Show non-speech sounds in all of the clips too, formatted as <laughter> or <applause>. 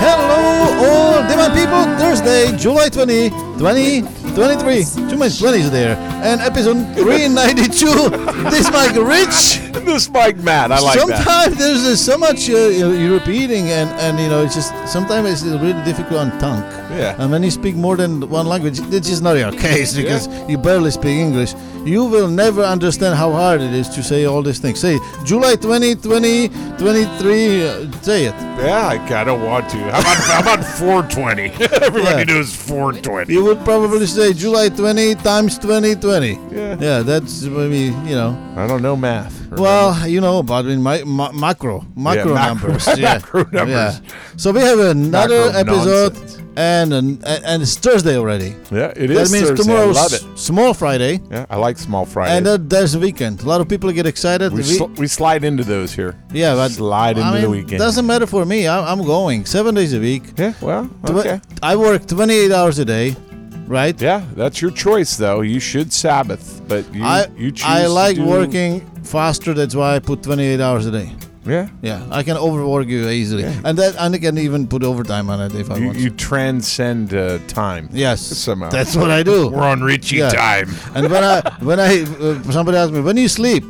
Hello, all Demon people. Thursday, July 20, 20, 23. Too much 20s there. And episode <laughs> 392. this Mike Rich. This Mike Matt, I like that. sometimes there's uh, so much uh, you- you're repeating, and, and you know, it's just sometimes it's really difficult on tongue. Yeah. And when you speak more than one language, this is not your case because you barely speak English. You will never understand how hard it is to say all these things. Say July 20, 20, 23. Uh, say it. Yeah, I, I don't want to. How about <laughs> how about 420? <laughs> Everybody Yeah. knows 420. You would probably say July 20 times 2020. Yeah. Yeah, that's maybe, you know. I don't know math. Well, you know about it, my, ma- macro, macro macro- numbers. <laughs> yeah. macro Yeah. numbers. So we have another Macro episode nonsense. and, an, and it's Thursday already. yeah, it That is. means Thursday. tomorrow's I love it. small Friday Yeah, I like small Fridays. and uh, that, there's a weekend. A lot of people get excited. we, We- sl- we slide into those here. yeah, but slide into I mean, the weekend. doesn't matter for me. I, I'm going seven days a week. yeah, well, Tw- okay. I work 28 hours a day, right? Yeah, that's your choice, though. You should Sabbath, but you I you choose. I to like do- working faster. That's why I put 28 hours a day. Yeah, Yeah, I can overwork you easily, and that and I can even put overtime on it if I you, want. you transcend uh, time. yes, <laughs> somehow. that's what I do. <laughs> We're on Richie Yeah. time. and when I when I uh, somebody asked me when you sleep,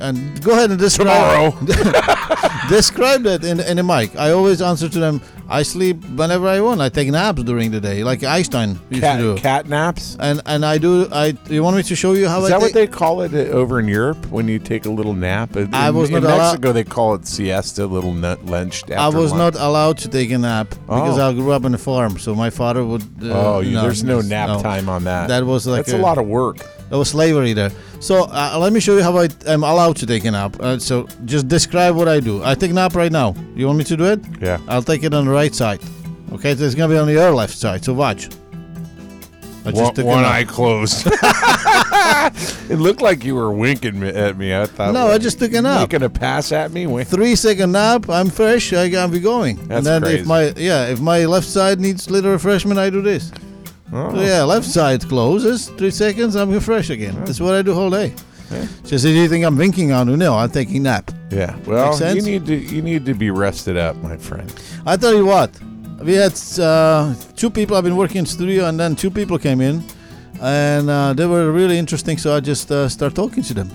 and go ahead and describe <laughs> Tomorrow. describe that in in a mic. I always answer to them. I sleep whenever I want. I take naps during the day, like Einstein used to do. cat, cat naps. and and I do. I you want me to show you how Is I that take? what they call it uh, over in Europe when you take a little nap? Uh, In, I was in not allow- Mexico. They call it siesta, little nut lunch. After I was lunch. not allowed to take a nap because Oh. I grew up on a farm, so my father would. Uh, Oh, you there's no just- nap time on that. That was like that's a, lot of work. That was slavery there. So uh, let me show you how I am allowed to take a nap. Uh, so just describe what I do. I take a nap right now. You want me to do it? Yeah. I'll take it on the right side. Okay, so it's gonna be on your left side. So watch. I just took a nap. <laughs> closed. <laughs> it looked like you were winking me- at me. I thought. No, I just took a nap. Making a pass at me. Wink. Three second nap. I'm fresh. I can be going. That's and then crazy. if my yeah, if my left side needs little refreshment, I do this. Oh. So yeah, left side closes. Three seconds. I'm fresh again. That's what I do whole day. Just if you think I'm winking on you, no, I'm taking nap. Yeah. Well, Makes sense? you need to you need to be rested up, my friend. I tell you what, we had uh, two people. I've been working in studio, and then two people came in, and uh, they were really interesting. So I just uh, start talking to them.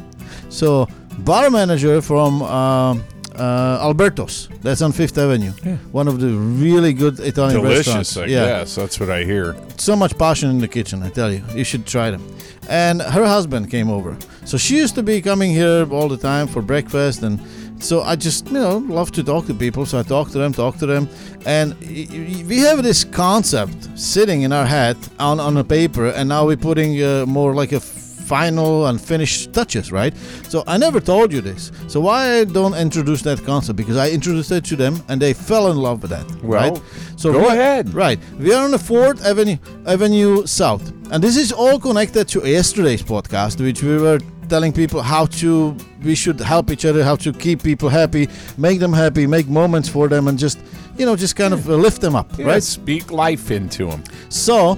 So bar manager from uh, uh, Alberto's, that's on Fifth Avenue, one of the really good Italian restaurants. Delicious, I yeah, guess. That's what I hear. so much passion in the kitchen. I tell you, you should try them. And her husband came over, so she used to be coming here all the time for breakfast, and so I just you know love to talk to people. So I talk to them, talk to them, and y- y- we have this concept sitting in our head on on a paper, and now we're putting uh, more like a final and finished touches, right? So I never told you this. So why I don't introduce that concept? Because I introduced it to them, and they fell in love with that. Well, right? So go we- ahead. Right. We are on the Fourth Avenue, Avenue South. And this is all connected to yesterday's podcast, which we were telling people how to, we should help each other, how to keep people happy, make them happy, make moments for them, and just, you know, just kind of uh, lift them up, Yeah, right? Speak life into them. So,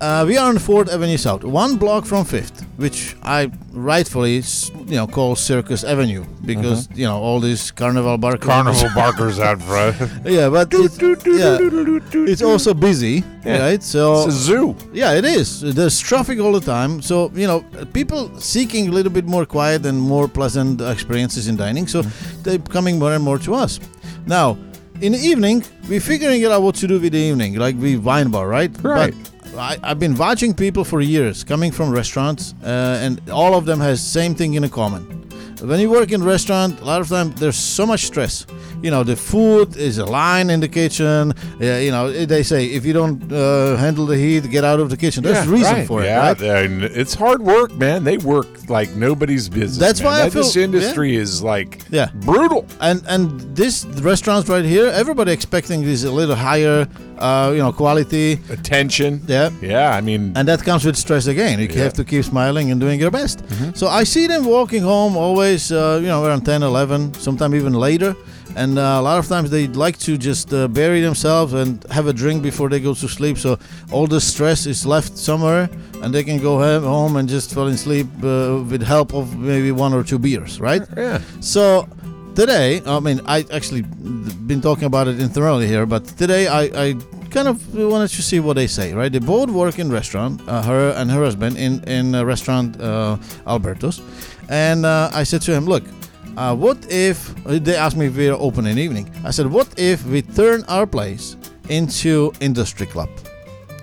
uh, we are on Fourth Avenue South, one block from Fifth, which I rightfully, s- you know, call Circus Avenue because you know all these carnival bar barkers out front. <laughs> yeah, but <laughs> it's, yeah, it's also busy, Yeah. right? So It's a zoo. yeah, it is. There's traffic all the time. So, you know, people seeking a little bit more quiet and more pleasant experiences in dining. So they're coming more and more to us. Now, in the evening, we're figuring it out what to do with the evening, like we wine bar, right? Right. But I, I've been watching people for years coming from restaurants, uh, and all of them has same thing in common. When you work in restaurant, a lot of time there's so much stress. You know, the food is a line in the kitchen. Yeah, you know, they say if you don't uh, handle the heat, get out of the kitchen. There's Yeah, reason right. for it, Yeah, right? and it's hard work, man. They work like nobody's business. That's man. why I That- this feel- industry is like Yeah. brutal. and and this restaurants right here, everybody expecting this a little higher uh, uh, you know, quality. Attention. Yeah. Yeah, I mean, And that comes with stress again. You Yeah. Mm-hmm. have to keep smiling and doing your best. So I see them walking home always, uh, you know, around 10, 11, sometimes even later. And uh, a lot of times they like to just uh, bury themselves and have a drink before they go to sleep. So all the stress is left somewhere and they can go ha- home and just fall asleep uh, with help of maybe one or two beers, right? yeah. So today, I mean, I actually been talking about it internally here, but today I, I kind of wanted to see what they say, right? They both work in restaurant, uh, her and her husband in in a restaurant uh, Alberto's, and uh, I said to him, look. Uh, what if they asked me if we are open in the evening? I said, what if we turn our place into industry club,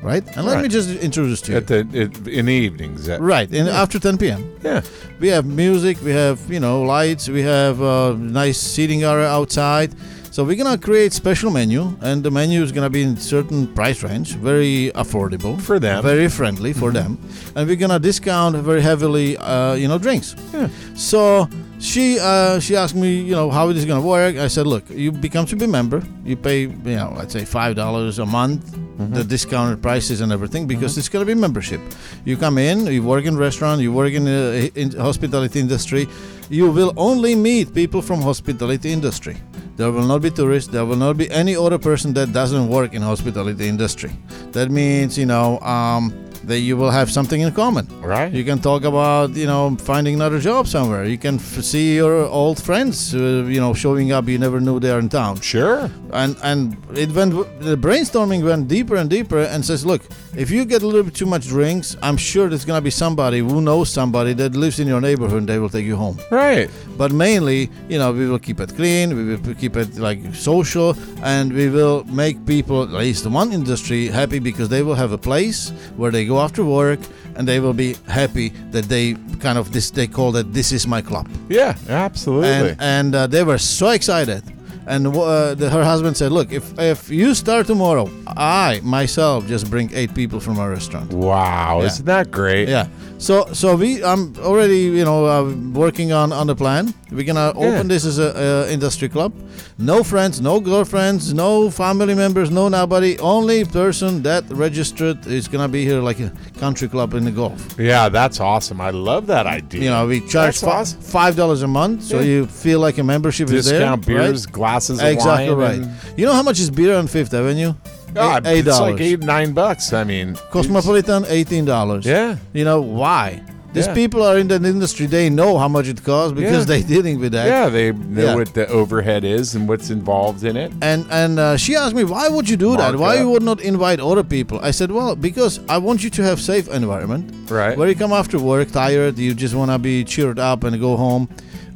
right? And let Right. me just introduce to you, At the it, in the evenings. That, right? In, after 10 p.m. Yeah. We have music, we have you know lights, we have uh, nice seating area outside. So we're gonna create special menu, and the menu is gonna be in certain price range, very affordable For them. Mm-hmm. very friendly for them, and we're gonna discount very heavily, uh, you know, drinks. Yeah. So she uh, she asked me, you know, how it is gonna work. I said, look, you become to be member, you pay, you know, let's say five dollars a month, Mm-hmm. the discounted prices and everything, because it's gonna be membership. You come in, you work in restaurant, you work in uh, in hospitality industry, you will only meet people from hospitality industry. There will not be tourists. There will not be any other person that doesn't work in hospitality industry. That means you know um, that you will have something in common. Right. You can talk about you know finding another job somewhere. You can f- see your old friends uh, you know showing up you never knew they are in town. sure. And and it went the brainstorming went deeper and deeper and says look if you get a little bit too much drinks I'm sure there's gonna be somebody who knows somebody that lives in your neighborhood and they will take you home Right. but mainly you know we will keep it clean we will keep it like social and we will make people at least one industry happy because they will have a place where they go after work and they will be happy that they kind of this they call that this is my club Yeah. Absolutely. and, and uh, they were so excited and uh, the, her husband said look if if you start tomorrow i myself just bring eight people from our restaurant wow. Yeah. Isn't that great? yeah. So so we I'm already you know uh, working on on the plan. We're gonna Yeah. open this as a, uh industry club. No friends, no girlfriends, no family members, no nobody. Only person that registered is gonna be here like a country club in the golf. Yeah, that's awesome. I love that idea. You know we charge That's fi- awesome. five dollars a month, so Yeah. you feel like a membership discount is there. right? beers, glasses of Exactly wine. right. and- You know how much is beer on Fifth Avenue? God, Eight it's dollars. like eight, nine bucks. I mean, Cosmopolitan, eighteen dollars. Yeah. You know why? These Yeah. people are in that industry. They know how much it costs because <laughs> Yeah. they're dealing with that. Yeah, they know Yeah. what the overhead is and what's involved in it. And and uh, she asked me, why would you do that? Markup. Why you would not invite other people? I said, well, because I want you to have safe environment. Right. Where you come after work tired, you just want to be cheered up and go home.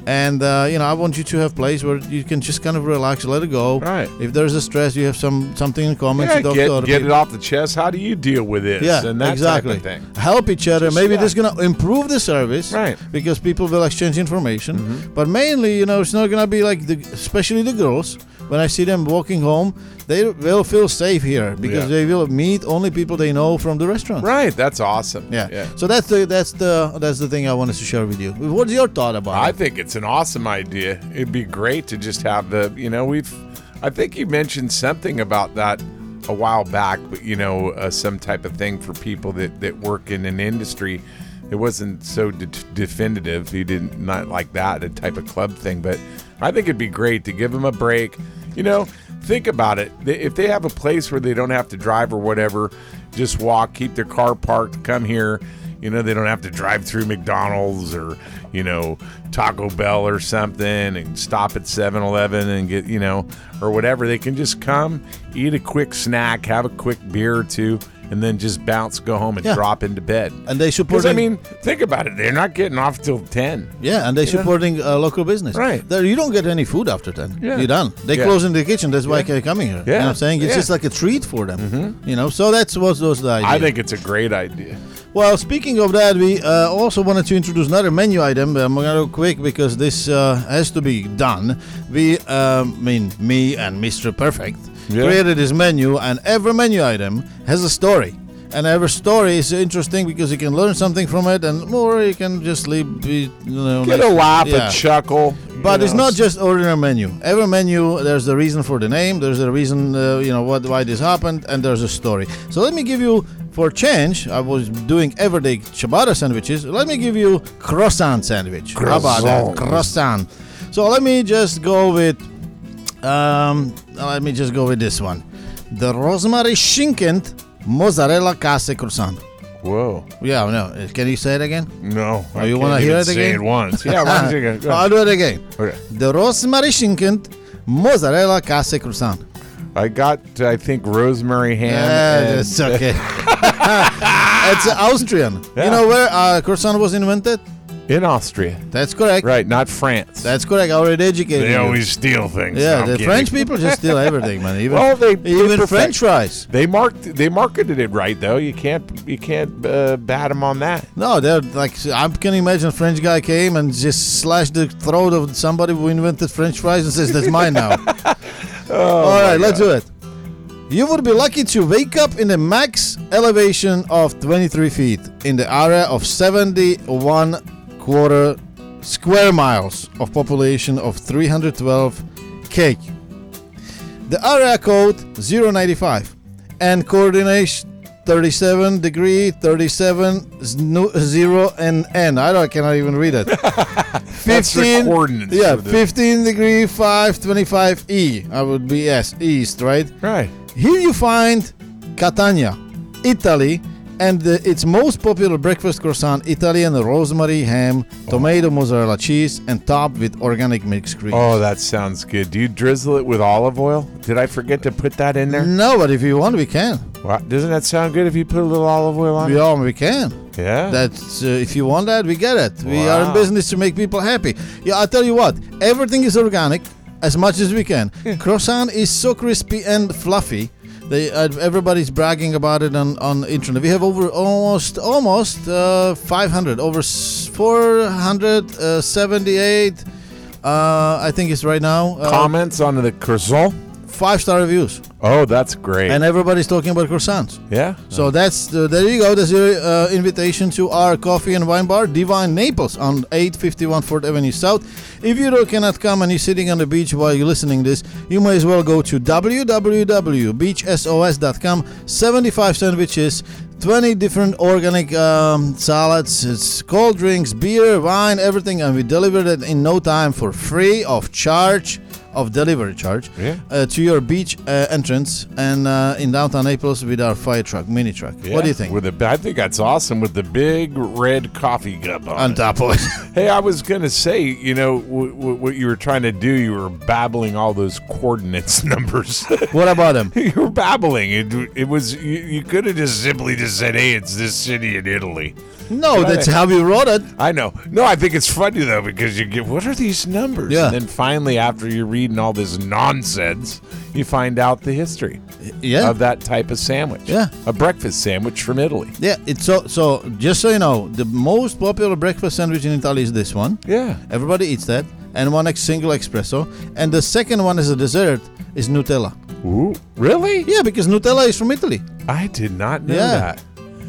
And uh, you know, I want you to have place where you can just kind of relax, let it go. Right. If there's a stress, you have some something in common Yeah, to talk to get, other get people. it off the chest. How do you deal with this? Yeah, and that exactly. type of thing. Help each other. Just- Maybe yeah. this is gonna improve the service, Right. Mm-hmm. Because people will exchange information. But mainly, you know, it's not gonna be like the, especially the girls. When I see them walking home, they will feel safe here because Yeah. they will meet only people they know from the restaurant. Right, that's awesome. Yeah. So that's the that's the that's the thing I wanted to share with you. What's your thought about I it? think it's an awesome idea. It'd be great to just have the, you know, we've, I think you mentioned something about that a while back, but you know, uh, some type of thing for people that, that work in an industry. It wasn't so de- definitive. You didn't, not like that, a type of club thing, but I think it'd be great to give them a break. You know, think about it. They- If they have a place where they don't have to drive or whatever, just walk, keep their car parked, come here. You know, they don't have to drive through McDonald's or, you know, Taco Bell or something and stop at 7 Eleven and get, you know, or whatever. They can just come, eat a quick snack, have a quick beer or two, and then just bounce, go home and Yeah. drop into bed. and they Because, supporting. I mean, think about it. They're not getting off till 10. yeah, and they supporting uh, local business. Right. There, you don't get any food after then. Yeah. You're done. They Yeah. close in the kitchen. That's why they're coming here. You know Yeah. what I'm saying? It's Yeah. Mm-hmm. just like a treat for them. You know. So that's what was the idea. I think it's a great idea. Well, speaking of that, we uh, also wanted to introduce another menu item. but I'm gonna go quick because this uh, has to be done. We, um, I mean, me and Mr. Perfect Yeah. created this menu, and every menu item has a story. And every story is interesting because you can learn something from it, and or you can just leave. Be, you know, Get like- a laugh, yeah. a chuckle. you But you it's know, not just ordinary menu. Every menu, there's a reason for the name. There's a reason, uh, you know, what why this happened, and there's a story. So let me give you, for a change, I was doing everyday ciabatta sandwiches. Let me give you croissant sandwich. How about that? Croissant. Croissant. So let me just go with, um, let me just go with this one, the rosemary shinkent mozzarella casse croissant. Whoa. Yeah, no. Can you say it again? No. Oh, you wanna can't hear even it say again? It once. Yeah, one second. Go I'll ahead. do it again. Okay. The rosemary shinkent mozzarella casse croissant. I got, I think, rosemary ham. Yeah, and- it's okay. <laughs> it's Austrian. Yeah. You know where uh, croissant was invented? in Austria. That's correct. Right, not France. That's correct. I already educated they you. always steal things. yeah, I'm the kidding. French people just steal everything, man. Even, Well, they- they even perfect- French fries. They marked. They marketed it right though. You can't. You can't uh, bat them on that. No, they're like I can imagine. French guy came and just slashed the throat of somebody who invented French fries and says, "That's mine now." All right, let's do it. You would be lucky to wake up in the max elevation of 23 feet in the area of 71 quarter square miles of population of 312 K. The area code 095 and coordination 37 degree 37 s- no- 0 and N. I don't I cannot even read it. 15 That's the coordinates Yeah, of the- 15 degree 525 E. I would be yes, east, right? Right. Here you find Catania, Italy, and the, its most popular breakfast croissant, Italian rosemary ham, tomato mozzarella cheese, and topped with organic mixed cream. Oh, that sounds good. Do you drizzle it with olive oil? Did I forget to put that in there? No, but if you want, we can. Wow, Doesn't that sound good if you put a little olive oil on? We it? all we can. Yeah. That's uh, if you want that, we get it. We are in Wow. business to make people happy. Yeah, I tell you what, everything is organic as much as we can. Croissant is so crispy and fluffy. They uh, everybody's bragging about it on on internet. We have over almost almost uh, 500, over s- 478. Uh, I think it's right now uh, Comments on the croissant. five star reviews, Oh, that's great. and everybody's talking about croissants. yeah. So that's uh, there you go. That's your uh, invitation to our coffee and wine bar, Divine Naples, on 851 Fort Avenue South. If you don't- cannot come and you're sitting on the beach while you're listening this, you may as well go to www.beachsos.com. 75 sandwiches, 20 different organic um, salads, it's cold drinks, beer, wine, everything, and we deliver it in no time for free of charge. Of delivery charge Yeah. uh, to your beach uh, entrance and uh, in downtown Naples with our fire truck, mini truck. What do Yeah, you think? With the, I think that's awesome with the big red coffee cup on. On it. top of <laughs> it. <laughs> Hey, I was gonna say, you know, w- w- what you were trying to do, you were babbling all those coordinates <laughs> numbers. what about them? you were babbling. It, it was you, you could have just simply just said, "Hey, it's this city in Italy." No, that's how we wrote it. I know. No, I think it's funny though because you get what are these numbers? Yeah. And then finally, after you're reading all this nonsense, you find out the history Yeah. of that type of sandwich. Yeah. a breakfast sandwich from Italy. Yeah, it's so so just so you know, the most popular breakfast sandwich in Italy is this one. Yeah. Everybody eats that. And one ex- single espresso. And the second one as a dessert is Nutella. Ooh, really? Yeah, because Nutella is from Italy. I did not know Yeah. that.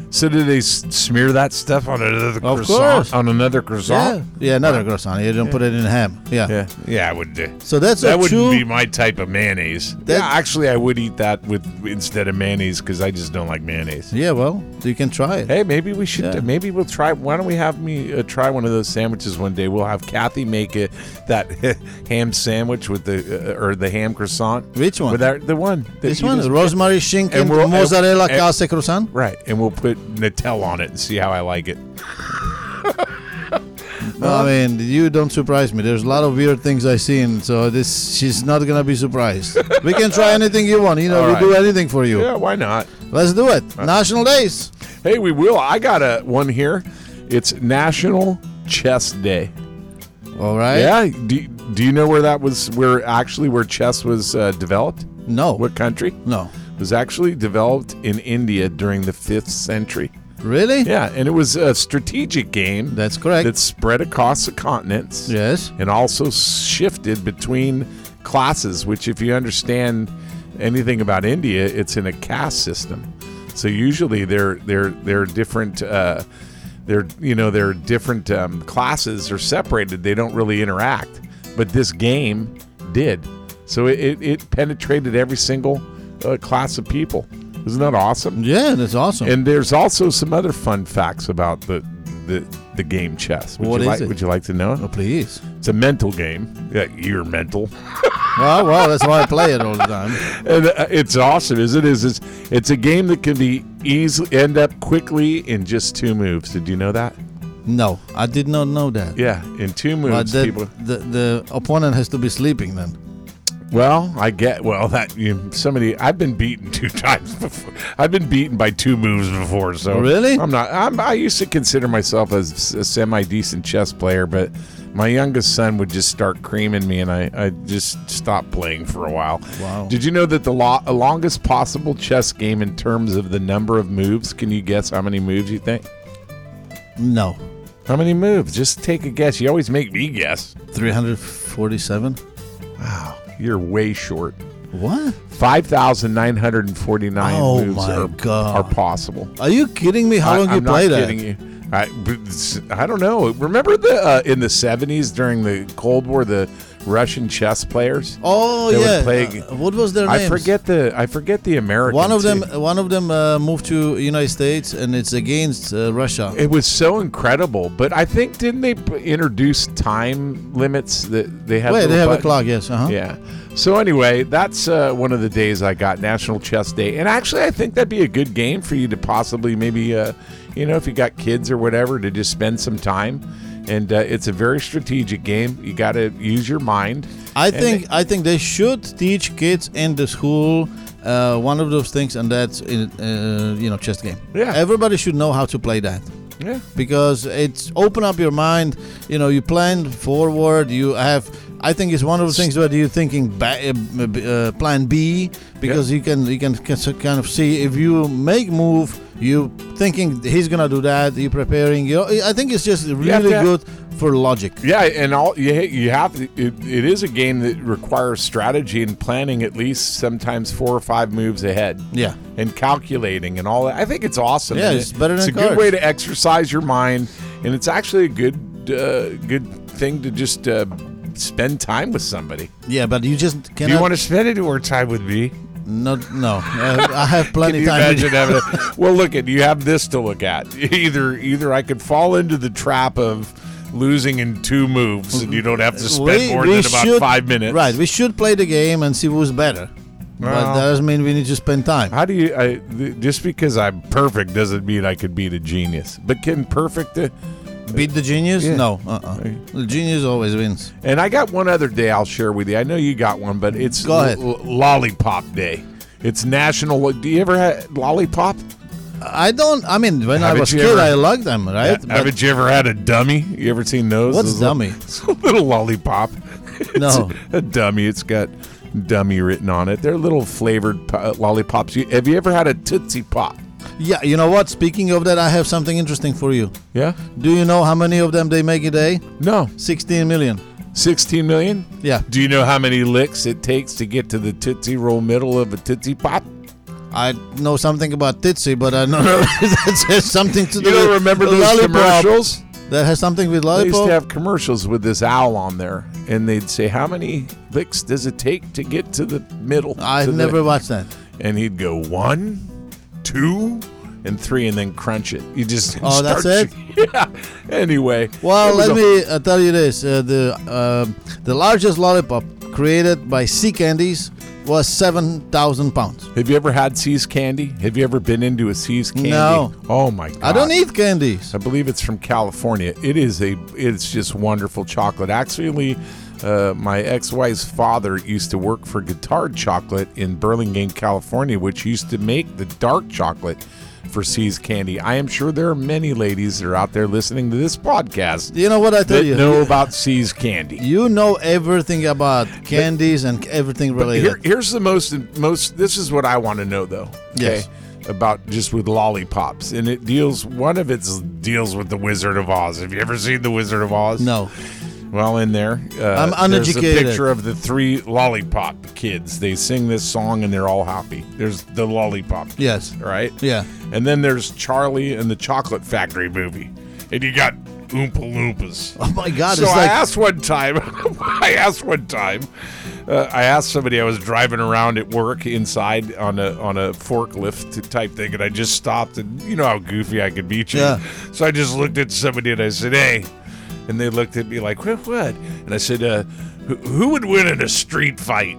So do they s- smear that stuff on another Of croissant? course. On another croissant? Yeah. Yeah, another croissant. You don't put it in ham. Yeah. Yeah, yeah, I would. do. So that's that a wouldn't two- be my type of mayonnaise. That- yeah, actually, I would eat that with instead of mayonnaise because I just don't like mayonnaise. Yeah, well, you can try it. Hey, maybe we should. Yeah. Maybe we'll try. Why don't we have me uh, try one of those sandwiches one day? We'll have Kathy make it that <laughs> ham sandwich with the uh, or the ham croissant. Which one? With our, the one. that This you one, just- rosemary shinken, And we'll- and- mozzarella, and- casse croissant. Right, and we'll put Nutella on it and see how I like it. I mean, you don't surprise me. There's a lot of weird things I've seen, so this she's not gonna be surprised. we can <laughs> try anything you want. You know, All we right. do anything for you. Yeah, why not? Let's do it. National days. Hey, we will. I got a one here. It's National Chess Day. All right. Yeah. Do, do you know where that was? Where actually where chess was uh, developed? No. What country? No. It was actually developed in India during the fifth century. Really? Yeah, and it was a strategic game That's correct. that spread across the continents. Yes. and also shifted between classes, which, if you understand anything about India, it's in a caste system. So usually they're they're they're different. Uh, they're you know they're different um, classes are separated. They don't really interact. but this game did. So it, it, it penetrated every single uh, class of people. Isn't that awesome? Yeah, that's awesome. And there's also some other fun facts about the the, the game chess. Would What you is like, it? Would you like to know? oh, please. It's a mental game. Yeah, you're mental. Well, well, that's why I play it all the time. And uh, it's awesome, is it? Is it's, it's a game that can be easily end up quickly in just two moves. Did you know that? No, I did not know that. Yeah, in two But moves, that, people. the, the opponent has to be sleeping then. Well, I get. Well, that you, somebody. I've been beaten two <laughs> times before. I've been beaten by two moves before. So Really? I'm not. I'm, I used to consider myself as a semi decent chess player, but my youngest son would just start creaming me, and I, I just stopped playing for a while. Wow. Did you know that the lo- longest possible chess game in terms of the number of moves? Can you guess how many moves you think? No. How many moves? Just take a guess. You always make me guess. 347? Wow, you're way short. What? 5,949 Oh moves my are, God. are possible. Are you kidding me? How long I, you I'm play not that? kidding you. I, but it's- I don't know. Remember the uh, in the 70s during the Cold War, the Russian chess players? Oh They would yeah. play- Uh, what was their name? I forget the I forget the American. One of them. team. One of them uh, moved to United States, and it's against uh, Russia. It was so incredible, but I think didn't they p- introduce time limits that they had? Wait, little they have a buttons? clock. Yes. Uh huh. Yeah. So anyway, that's uh, one of the days I got National Chess Day, and actually, I think that'd be a good game for you to possibly maybe, uh, you know, if you got kids or whatever, to just spend some time. And uh, it's a very strategic game. You got to use your mind. I And think I think they should teach kids in the school uh, one of those things, and that's in, uh, you know chess game. Yeah. Everybody should know how to play that Yeah. because it's open up your mind. You know, you plan forward. You have. I think it's one of the things where you're thinking ba- uh, uh, plan B because you can you can c- kind of see if you make move, you thinking he's gonna do that. You preparing. You. I think it's just have really to- good for logic. Yeah, and all you you have to- it, it is a game that requires strategy and planning at least sometimes four or five moves ahead. Yeah. and calculating and all that. I think it's awesome. Yeah, and it's better It's a than good cards. way to exercise your mind, and it's actually a good uh, good thing to just uh, spend time with somebody. Yeah, but you just cannot. Do you want to spend any more time with me? No, no. Uh, I have <laughs> Can plenty you time. with imagine having? A, <laughs> well, look at you have this to look at. <laughs> Either either I could fall into the trap of losing in two moves, and you don't have to spend more than about should- five minutes. Right. We should play the game and see who's better. Well- but that doesn't mean we need to spend time. How do you? I, th- just because I'm perfect doesn't mean I could beat a genius. But can perfect? Uh, Beat the genius? Yeah. No. Uh-uh. The genius always wins. And I got one other day I'll share with you. I know you got one, but it's Go ahead. L- Lollipop Day. It's national. Do you ever had lollipop? I don't. I mean, when I Haven't was you kid, ever- I liked them, right? But Haven't you ever had a dummy? You ever seen those? What's Those little- dummy? It's a <laughs> little lollipop. It's <laughs> No. a, a dummy. It's got dummy written on it. They're little flavored po- lollipops. You, have you ever had a Tootsie Pop? yeah, you know what? Speaking of that, I have something interesting for you. Yeah. Do you know how many of them they make a day? No. 16 million. 16 million? Yeah. Do you know how many licks it takes to get to the Tootsie Roll middle of a Tootsie Pop? I know something about Tootsie, but I don't <laughs> know if that has something to do You don't with remember the those lollipop. commercials? That has something with They used lollipop? to have commercials with this owl on there, and they'd say, "How many licks does it take to get to the middle?" to I've the-" never watched that. And he'd go one, two, and three, and then crunch it. You just Oh, that's start- <laughs> Yeah. Anyway, Well, it was let a- me uh, tell you this: uh, the uh, the largest lollipop created by sea candies was seven thousand pounds. Have you ever had See's candy? Have you ever been into a See's candy? No. Oh my god. I don't eat candies. I believe it's from California. It is a it's just wonderful chocolate. Actually, uh, my ex-wife's father used to work for Guitar Chocolate in Burlingame, California, which used to make the dark chocolate for C's Candy. I am sure there are many ladies that are out there listening to this podcast You know what I tell that you? know about C's Candy. You know everything about candies and everything Here, related. here's the most most. This is what I want to know though. Yes. About just with lollipops, and it deals. One of its deals with the Wizard of Oz. Have you ever seen the Wizard of Oz? No, Well, in there, uh, I'm There's a uneducated. picture of the three lollipop kids. They sing this song and they're all happy. There's the lollipop, kids, yes, right? yeah. And then there's Charlie and the Chocolate Factory movie, and you got Oompa Loompas. Oh my God! so it's I like asked one time, <laughs> I asked one time, uh, I asked somebody. I was driving around at work inside on a on a forklift type thing, and I just stopped, and you know how goofy I could be, Jim. Yeah. So I just looked at somebody and I said, "Hey," and they looked at me like, "What?" what? And I said, uh, who, "Who would win in a street fight,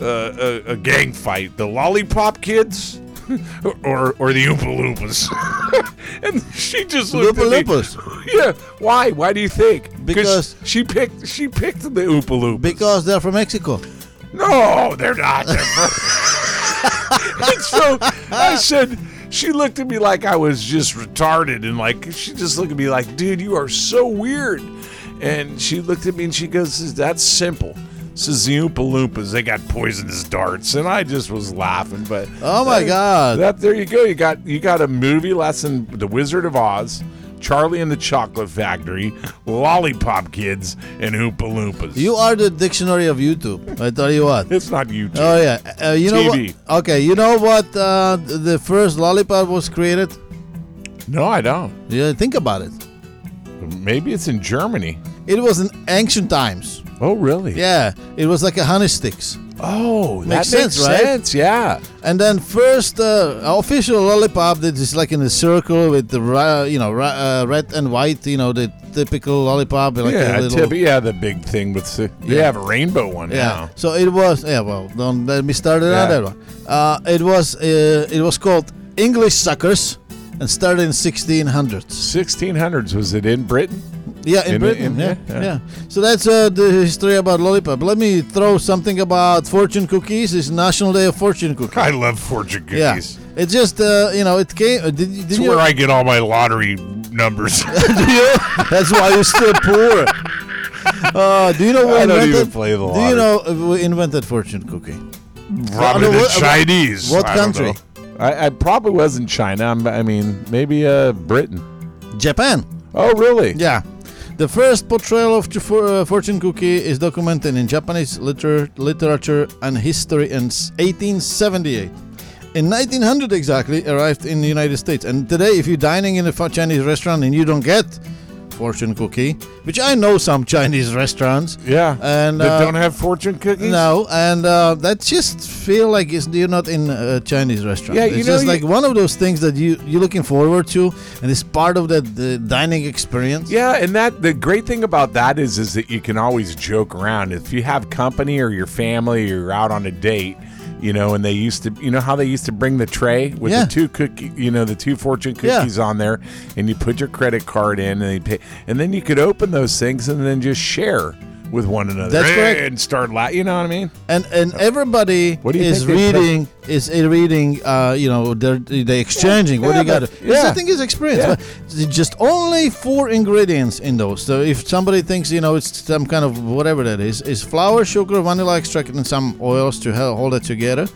uh, a, a gang fight? The lollipop kids?" <laughs> or, or the Oompa Loompas. <laughs> and she just looked Oompa at me Loompas. <laughs> yeah. Why? Why do you think? Because- she picked she picked the Oompa Loompas. because they're from Mexico. no, they're not. They're from- <laughs> and so I said. She looked at me like I was just retarded, and like she just looked at me like, "Dude, you are so weird." And she looked at me and she goes, "That's simple." This is the Oompa Loompas. They got poisonous darts, and I just was laughing. But Oh my God! that there you go. You got you got a movie lesson: The Wizard of Oz, Charlie and the Chocolate Factory, Lollipop Kids, and Oompa Loompas. You are the dictionary of YouTube. I tell you <laughs> what. it's not YouTube. Oh yeah, uh, you know TV. what? Okay, you know what? Uh, th- the first lollipop was created. no, I don't. Yeah, think about it. Maybe it's in Germany. It was in ancient times. Oh, really? Yeah, it was like a honey sticks. Oh, that Makes makes, sense, right? sense. Yeah. And then first uh, official lollipop that is like in a circle with the ri- you know ri- uh, red and white. You know the typical lollipop. Like yeah. a little, Tibby, yeah. The big thing with the, they Yeah. have a rainbow one Yeah. now. So it was yeah. Well, don't let me start it Yeah. on that one. Uh, it was uh, it was called English suckers and started in 1600s. 1600s was it in Britain? Yeah, in, In- Britain. in- yeah, yeah, yeah, yeah. So that's uh, the history about lollipop. Let me throw something about fortune cookies. It's National Day of Fortune Cookies. I love fortune Yeah, cookies. it's just uh, you know it came. Uh, did, you- did It's you? where I get all my lottery <laughs> numbers. <laughs> do you? That's why you're still poor. <laughs> Uh, do you know what I don't invented? even play the do you lottery. know uh, we invented fortune cookie? Probably Well, I the mean, what- Chinese. what I don't country? know. I, I probably wasn't China. I'm, I mean, maybe uh, Britain. Japan. Oh, really? Yeah. The first portrayal of ju- for- uh, fortune cookie is documented in Japanese liter- literature and history in s- 1878. In 1900 exactly, arrived in the United States. And today, if you're dining in a fa- Chinese restaurant and you don't get fortune cookie, which I know some <laughs> Chinese restaurants, Yeah. And, that uh, don't have fortune cookies. no, and uh, that just feel like it's, you're not in a Chinese restaurant. Yeah, it's you know, just you- like one of those things that you you're looking forward to, and it's part of that the dining experience. Yeah, and that the great thing about that is is that you can always joke around. If you have company or your family or you're out on a date, you know, and they used to you know how they used to bring the tray with Yeah. the two cookie you know, the two fortune Yeah. cookies on there and you put your credit card in and they pay and then you could open those things and then just share with one another. That's correct. And start la- you know what I mean? and and everybody What do you is think they put- reading is uh, reading uh you know they're they exchanging what do Yeah, you got but- It's- yeah. i think it's experience Yeah. but it's just only four ingredients in those so if somebody thinks you know it's some kind of whatever that is is flour sugar vanilla extract and some oils to hel- hold it together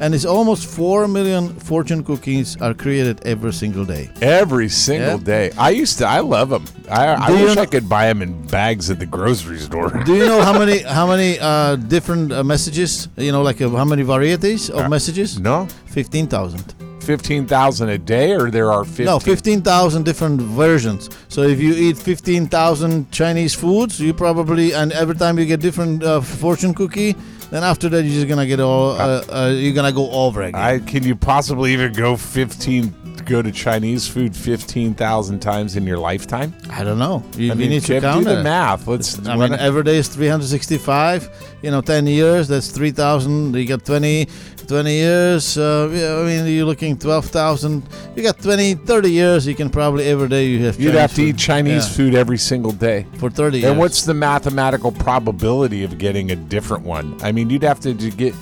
and it's almost four million fortune cookies are created every single day Every single Yeah. day. I used to I love them. I, I Do you wish know- I could buy them in bags at the grocery store. do you know how many how many uh, different uh, messages you know like uh, how many varieties of messages <laughs> Uh, no? 15000 fifteen thousand a day, or there are fifteen. No, 15,000 different versions. So if you eat 15,000 Chinese foods, you probably, and every time you get different uh, fortune cookie, then after that you're just gonna get all, uh, uh, you're gonna go over again. Ah. I can you possibly even go fifteen? Go to Chinese food fifteen thousand times in your lifetime? I don't know. You, you I mean, need to Jeff, count do the it. math. Let's. I mean, uh, every day is 365. You know, 10 years, that's 3,000. You got 20, 20 years. Uh, yeah, I mean, you're looking 12,000. You got 20, 30 years. You can probably every day you have. you'd Chinese have to food. eat Chinese Yeah, food every single day. for 30 years. And what's the mathematical probability of getting a different one? I mean, you'd have to ju- get.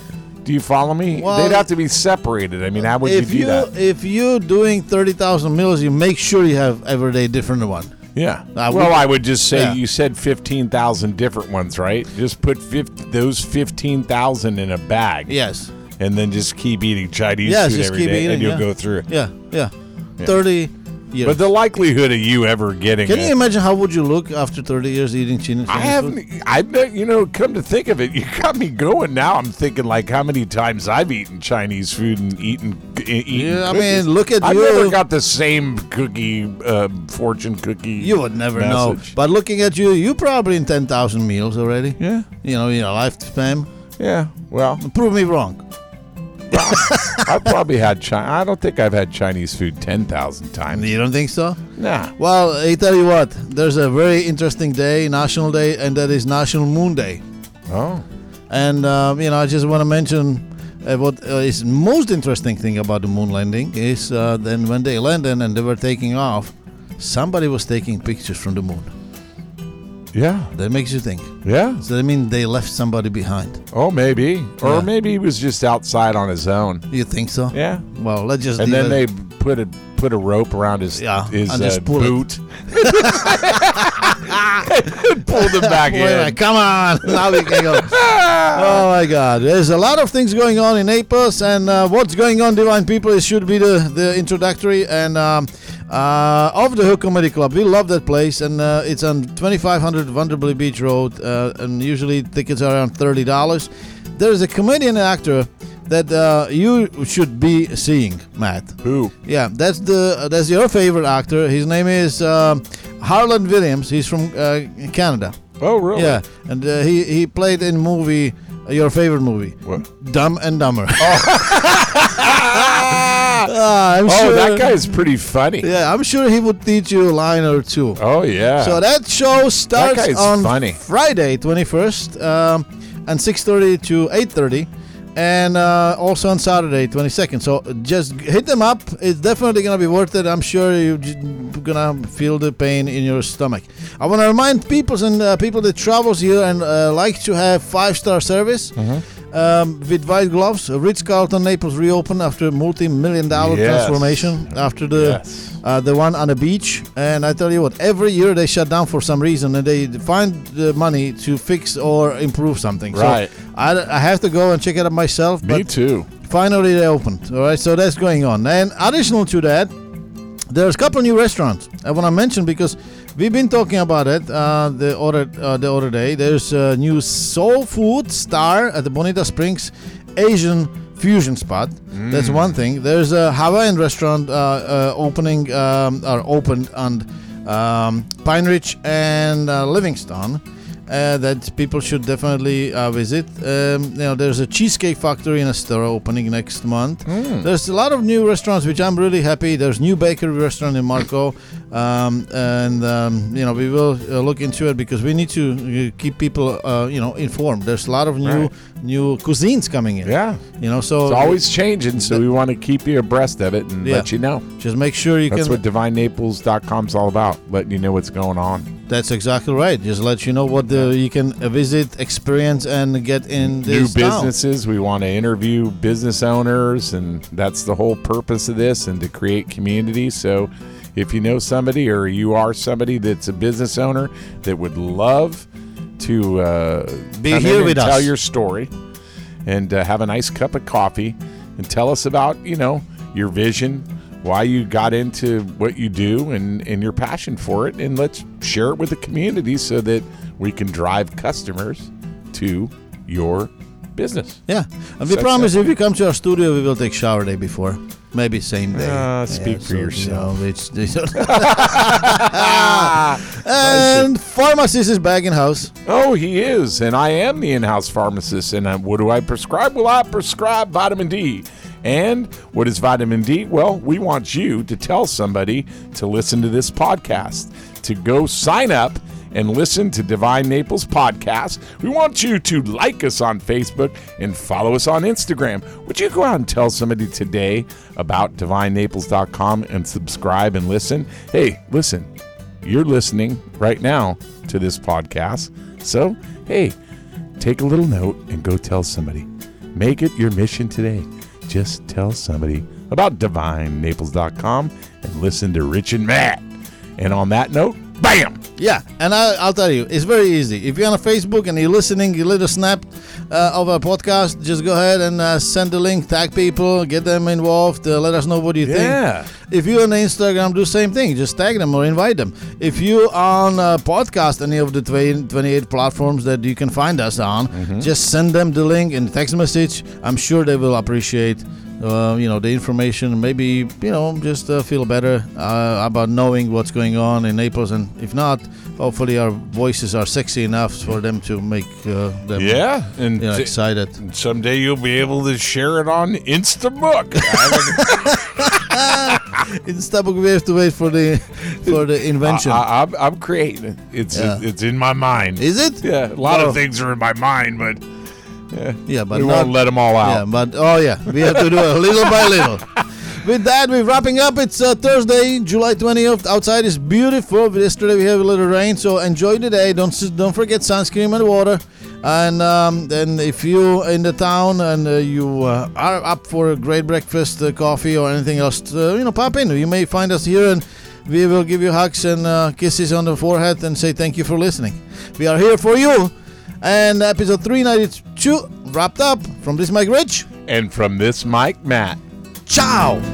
Do you follow me? Well, They'd have to be separated. I mean, how would you if do that? if you're doing thirty thousand meals, you make sure you have every day different one. Yeah. I would- well, I would just say Yeah. you said 15,000 different ones, right? Just put 50, those 15,000 in a bag. Yes. and then just keep eating Chinese Yes, food just every keep day, eating, and you'll yeah. go through. Yeah. Yeah. Yeah. Thirty. years. But the likelihood of you ever getting Can it, you imagine how would you look after 30 years eating Chinese? I haven't. I bet you know. Come to think of it, you got me going now. I'm thinking like how many times I've eaten Chinese food and eaten. e- eaten Yeah, I cookies. mean, look at I've you. never got the same cookie uh, fortune cookie. You would never know. message. But looking at you, you probably in 10,000 meals already. Yeah. You know, in a lifetime. Yeah. Well, Prove me wrong. I've probably had China. I don't think I've had Chinese food ten thousand times. You don't think so? Nah. Well, I tell you what, there's a very interesting day, National Day, and that is National Moon Day. Oh. And um, you know, I just want to mention uh, what uh, is most interesting thing about the moon landing is uh, then when they landed and they were taking off, somebody was taking pictures from the moon. Yeah. That makes you think. Yeah. So that means they left somebody behind. Oh, maybe. Or Yeah. maybe he was just outside on his own. You think so? Yeah. Well, let's just And leave then they it. put a put a rope around his Yeah, his and just uh, pull it. <laughs> boot. Pulled him back Wait a minute, in. come on! <laughs> Now we can go. oh my God! There's a lot of things going on in Naples, and uh, what's going on, Divine People, it should be the, the introductory and um, uh, of the Hook Comedy Club. We love that place, and uh, it's on 2500 Vanderbilt Beach Road, uh, and usually tickets are around thirty dollars. There's a comedian and actor that uh, you should be seeing, Matt. Who? Yeah, that's the uh, that's your favorite actor. His name is um, Harlan Williams. He's from uh, Canada. Oh, <laughs> really? Yeah, and uh, he he played in movie uh, your favorite movie, What? Dumb and Dumber. <laughs> <laughs> Oh, Ah, I'm Oh, sure, that guy's pretty funny. Yeah, I'm sure he would teach you a line or two. Oh, yeah. So that show starts guy's on funny. Friday, 21st, um, and 6:30 to 8:30, and uh, also on Saturday, 22nd. So just g- hit them up. It's definitely gonna be worth it. I'm sure you're j- gonna feel the pain in your stomach. I want to remind people and uh, people that travels here and uh, like to have five-star service. Mm-hmm. Um, with white gloves, Ritz Carlton Naples reopened after multi-million dollar Yes. transformation after the Yes. uh, the one on the beach. And I tell you what, every year they shut down for some reason, and they find the money to fix or improve something. Right. So I, I have to go and check it out myself. Me but too. finally they opened. All right, so that's going on. And additional to that, there's a couple new restaurants I want to mention because we've been talking about it uh, the other uh, the other day. There's a new soul food star at the Bonita Springs Asian fusion spot. That's one thing. There's a Hawaiian restaurant uh, uh, opening um, or opened on um, Pine Ridge and uh, Livingston uh, that people should definitely uh, visit. Um, you know, there's a cheesecake factory in Estero opening next month. Hmm. There's a lot of new restaurants, which I'm really happy. There's new bakery restaurant in Marco, um, and um, you know we will uh, look into it because we need to uh, keep people uh, you know informed. There's a lot of new Right. new cuisines coming in. Yeah. you know, so It's always changing, so we want to keep you abreast of it and Yeah. let you know. just make sure you That's can. what divinenaples.com is all about, letting you know what's going on. That's exactly right. Just let you know what the, you can uh, visit, experience, and get in New this town. businesses, we want to interview business owners, and that's the whole purpose of this and to create community. So if you know somebody or you are somebody that's a business owner that would love to uh, Be come in here and with us. tell your story and uh, have a nice cup of coffee and tell us about, you know, your vision, why you got into what you do and, and your passion for it. And let's share it with the community so that we can drive customers to your business. Yeah, and we So- promise if you come to our studio, we will take shower day before, maybe same day. Ah, speak Yeah, for so, you yourself. know, it's- <laughs> they don't- <laughs> and pharmacist is back in house. Oh, he is. And I am the in house pharmacist. And I, what do I prescribe? Well, I prescribe vitamin D. And what is vitamin D? Well, we want you to tell somebody to listen to this podcast, to go sign up and listen to Divine Naples podcast. We want you to like us on Facebook and follow us on Instagram. Would you go out and tell somebody today about divinenaples.com and subscribe and listen? Hey, listen you're listening right now to this podcast. So, hey, take a little note and go tell somebody. Make it your mission today. Just tell somebody about divinenaples.com and listen to Rich and Matt. And on that note, bam! Yeah, and I, I'll tell you, it's very easy. If you're on Facebook and you're listening, you little snap uh, of our podcast, just go ahead and uh, send the link, tag people, get them involved, uh, let us know what you Yeah. think. If you're on Instagram, do the same thing. Just tag them or invite them. If you on a podcast, any of the 20, 28 platforms that you can find us on, Mm-hmm. just send them the link in text message. I'm sure they will appreciate. Uh, you know the information. Maybe you know just uh, feel better uh, about knowing what's going on in Naples, and if not, hopefully our voices are sexy enough for them to make uh, them Yeah, and you know, t- excited. <laughs> someday you'll be able to share it <laughs> on Instabook. I In Starbucks, we have to wait for the for <laughs> the invention. am I'm creating it. It's Yeah. it's in my mind. Is it? yeah, a lot Well, of things are in my mind, but Yeah, but we not, won't let them all Yeah, out. but oh yeah, we have to do it little by little. <laughs> With that, we're wrapping up. It's uh, Thursday, July 20th. Outside is beautiful. But Yesterday we have a little rain, so enjoy the day. Don't s- don't forget sunscreen and water. And um, then if you in the town and uh, you uh, are up for a great breakfast, uh, coffee or anything else, uh, you know, pop in. You may find us here and. We will give you hugs and uh, kisses on the forehead and say thank you for listening. We are here for you. And episode 392 wrapped up from this Mike Rich. And from this Mike Matt. Ciao!